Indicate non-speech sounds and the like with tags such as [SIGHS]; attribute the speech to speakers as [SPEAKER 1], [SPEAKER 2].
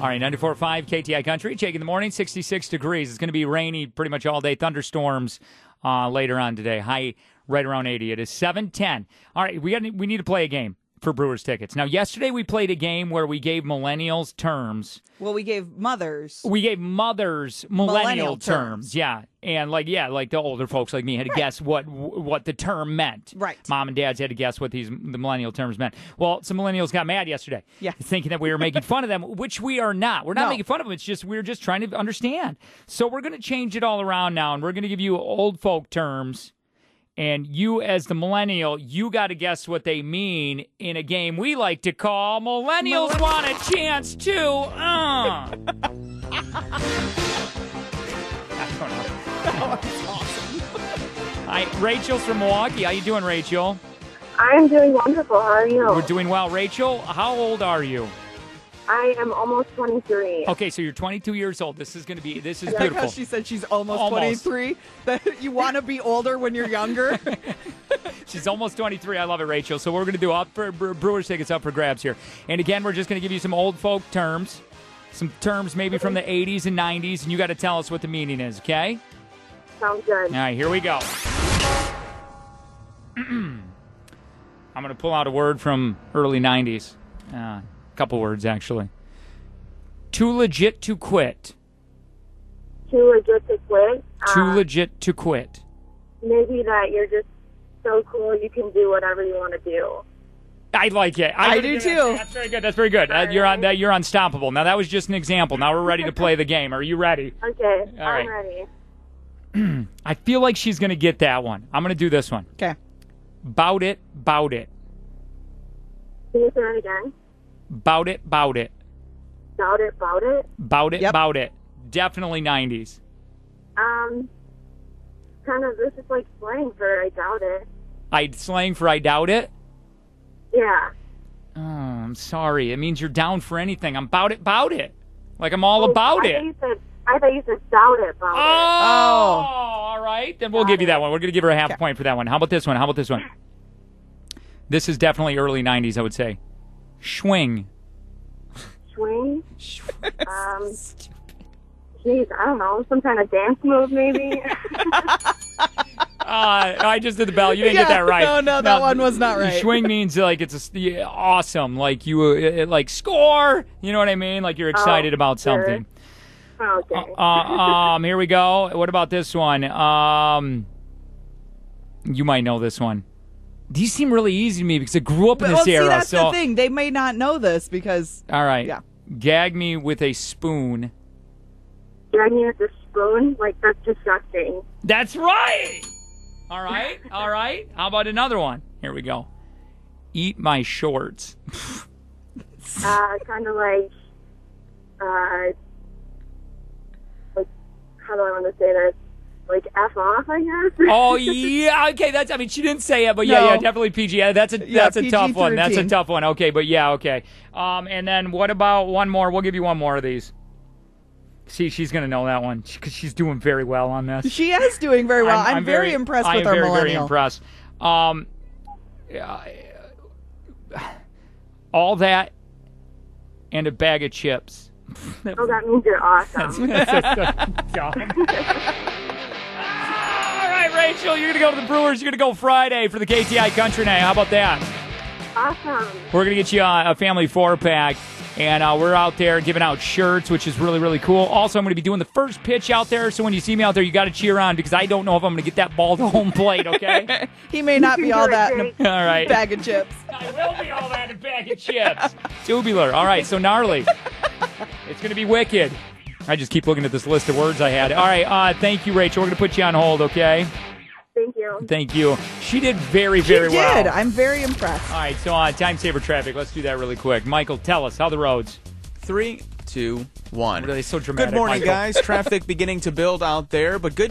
[SPEAKER 1] All right, 94.5 KTI Country. Jake in the morning, 66 degrees. It's going to be rainy pretty much all day. Thunderstorms uh, later on today. High right around 80. It is 7:10. All right, we got we need to play a game for Brewers tickets. Now, yesterday we played a game where we gave millennials terms.
[SPEAKER 2] Well, we gave mothers.
[SPEAKER 1] We gave mothers millennial,
[SPEAKER 2] Millennial
[SPEAKER 1] terms.
[SPEAKER 2] terms.
[SPEAKER 1] Yeah. And like yeah, like the older folks like me had to guess what what the term meant.
[SPEAKER 2] Right.
[SPEAKER 1] Mom and dads had to guess what these the millennial terms meant. Well, some millennials got mad yesterday.
[SPEAKER 2] Yeah.
[SPEAKER 1] Thinking that we were making fun of them, which we are not. We're not
[SPEAKER 2] No.
[SPEAKER 1] making fun of them. It's just we're just trying to understand. So we're going to change it all around now and we're going to give you old folk terms and you as the millennial, you got to guess what they mean in a game we like to call Millennials
[SPEAKER 2] Millennial-
[SPEAKER 1] Want a Chance to. Uh.
[SPEAKER 2] [LAUGHS]
[SPEAKER 1] I don't know. [LAUGHS] Hi, Rachel's from Milwaukee. How you doing, Rachel?
[SPEAKER 3] I'm doing wonderful. How are you?
[SPEAKER 1] We're doing well. Rachel, how old are you?
[SPEAKER 3] I am almost 23.
[SPEAKER 1] Okay, so you're 22 years old. This is going to be this is
[SPEAKER 2] Like how
[SPEAKER 1] beautiful.
[SPEAKER 2] she said she's almost,
[SPEAKER 1] Almost.
[SPEAKER 2] 23. That you want to be older when you're younger.
[SPEAKER 1] She's almost 23. I love it, Rachel. So we're going to do up for Bre- Brewers tickets up for grabs here. And again, we're just going to give you some old folk terms, some terms maybe from the 80s and 90s, and you got to tell us what the meaning is. Okay?
[SPEAKER 3] Sounds good.
[SPEAKER 1] All right, here we go. [CLEARS THROAT] I'm going to pull out a word from early 90s. Uh, a couple words actually. Too legit to quit.
[SPEAKER 3] Too legit to quit.
[SPEAKER 1] Too
[SPEAKER 3] Uh,
[SPEAKER 1] legit to quit.
[SPEAKER 3] maybe that you're just so cool you can do whatever you want to do.
[SPEAKER 1] I like it.
[SPEAKER 2] I
[SPEAKER 1] would-
[SPEAKER 2] do, too.
[SPEAKER 1] That's very good. That's very good. Uh, you're on. That you're unstoppable. Now that was just an example. Now we're ready to play the game. Are you ready?
[SPEAKER 3] Okay.
[SPEAKER 1] All
[SPEAKER 3] I'm
[SPEAKER 1] right.
[SPEAKER 3] ready.
[SPEAKER 1] I feel like she's gonna get that one. I'm gonna do this one.
[SPEAKER 2] [LAUGHS] okay.
[SPEAKER 1] Bout it. Bout it.
[SPEAKER 3] Can you say it again?
[SPEAKER 1] Bout it. Bout it.
[SPEAKER 3] Doubt it, bout it.
[SPEAKER 1] Bout it.
[SPEAKER 2] Yep.
[SPEAKER 1] Bout it. Definitely 90s.
[SPEAKER 3] Um, kind of, this is like slang for I doubt it.
[SPEAKER 1] I'd slang for I doubt it.
[SPEAKER 3] Yeah.
[SPEAKER 1] Oh, I'm sorry. It means you're down for anything. I'm bout it. Bout it. Like I'm all about
[SPEAKER 3] Oh, I
[SPEAKER 1] it.
[SPEAKER 3] Thought you said, I thought you said doubt it, bout
[SPEAKER 1] Oh,
[SPEAKER 3] it.
[SPEAKER 2] Oh.
[SPEAKER 1] all right. Then we'll give you that one. We're going to give her a half point for that one. How about this one? How about this one? This is definitely early 90s, I would say. Swing. [LAUGHS]
[SPEAKER 3] Swing. Um, Jeez, I don't know. Some kind of dance
[SPEAKER 1] [LAUGHS]
[SPEAKER 3] move, maybe.
[SPEAKER 1] Uh, I just did the bell. You didn't get
[SPEAKER 2] [LAUGHS] Yeah,
[SPEAKER 1] that right.
[SPEAKER 2] no, no, that one was not right.
[SPEAKER 1] Swing means like it's a s yeah, awesome. Like you, uh, uh, like score. You know what I mean? Like
[SPEAKER 2] Oh,
[SPEAKER 1] you're excited about
[SPEAKER 3] Oh, sure. Oh,
[SPEAKER 1] something.
[SPEAKER 3] okay.
[SPEAKER 1] Uh, um, here we go. What about this one? Um, you might know this one. These seem really easy to me because I grew up in
[SPEAKER 2] well,
[SPEAKER 1] this
[SPEAKER 2] see,
[SPEAKER 1] era.
[SPEAKER 2] that's
[SPEAKER 1] so
[SPEAKER 2] the thing. They may not know this because
[SPEAKER 1] All right.
[SPEAKER 2] Yeah.
[SPEAKER 1] Gag me with a spoon.
[SPEAKER 3] Drag me with a spoon? Like, that's disgusting.
[SPEAKER 1] That's right. All right. All right. How about another one? Here we go. Eat my
[SPEAKER 2] [LAUGHS]
[SPEAKER 1] shorts.
[SPEAKER 3] uh, kind of like, uh, like, how do I want to say this? Like, F off, I guess?
[SPEAKER 1] Oh yeah. Okay. That's. I mean, she didn't say it, but yeah,
[SPEAKER 2] No.
[SPEAKER 1] yeah, definitely PG. Yeah, that's a
[SPEAKER 2] Yeah,
[SPEAKER 1] that's a tough one. That's a
[SPEAKER 2] PG-13.
[SPEAKER 1] tough one. Okay. But yeah. Okay. Um. And then what about one more? We'll give you one more of these. See, she's gonna know that one because she's doing very well on this.
[SPEAKER 2] she is doing very well. I'm, very, impressed
[SPEAKER 1] I
[SPEAKER 2] with
[SPEAKER 1] am
[SPEAKER 2] our
[SPEAKER 1] very,
[SPEAKER 2] millennial.
[SPEAKER 1] Very impressed. Um, [SIGHS] yeah, all that and a bag of chips.
[SPEAKER 3] [LAUGHS]
[SPEAKER 1] [LAUGHS]
[SPEAKER 3] oh, that means you're awesome.
[SPEAKER 1] All right, Rachel, you're gonna go to the Brewers. You're gonna go Friday for the KTI Country Night. How about that?
[SPEAKER 3] awesome.
[SPEAKER 1] We're going to get you uh, a, a family four pack. And uh, we're out there giving out shirts, which is really, really cool. Also, I'm going to be doing the first pitch out there. So when you see me out there, you got to cheer on because I don't know if I'm going to get that ball to home plate,
[SPEAKER 2] [LAUGHS]
[SPEAKER 1] okay?
[SPEAKER 2] He may not be
[SPEAKER 3] You
[SPEAKER 2] all
[SPEAKER 3] were
[SPEAKER 2] that in
[SPEAKER 3] great.
[SPEAKER 2] a
[SPEAKER 1] all right.
[SPEAKER 2] bag of chips.
[SPEAKER 1] I will be all that in a bag of chips. [LAUGHS] Tubular. All right, so gnarly. It's going to be wicked. I just keep looking at this list of words I had. All right, uh, thank you, Rachel. We're going to put you on hold, okay?
[SPEAKER 3] Thank you.
[SPEAKER 1] Thank you. She did very, very
[SPEAKER 2] she
[SPEAKER 1] well.
[SPEAKER 2] did. I'm very impressed.
[SPEAKER 1] All right, so uh, time saver traffic. Let's do that really quick. Michael, tell us how the roads.
[SPEAKER 4] Three, two, one.
[SPEAKER 1] Really, so dramatic.
[SPEAKER 4] Good morning,
[SPEAKER 1] Michael.
[SPEAKER 4] guys. Traffic beginning to build out there, but good.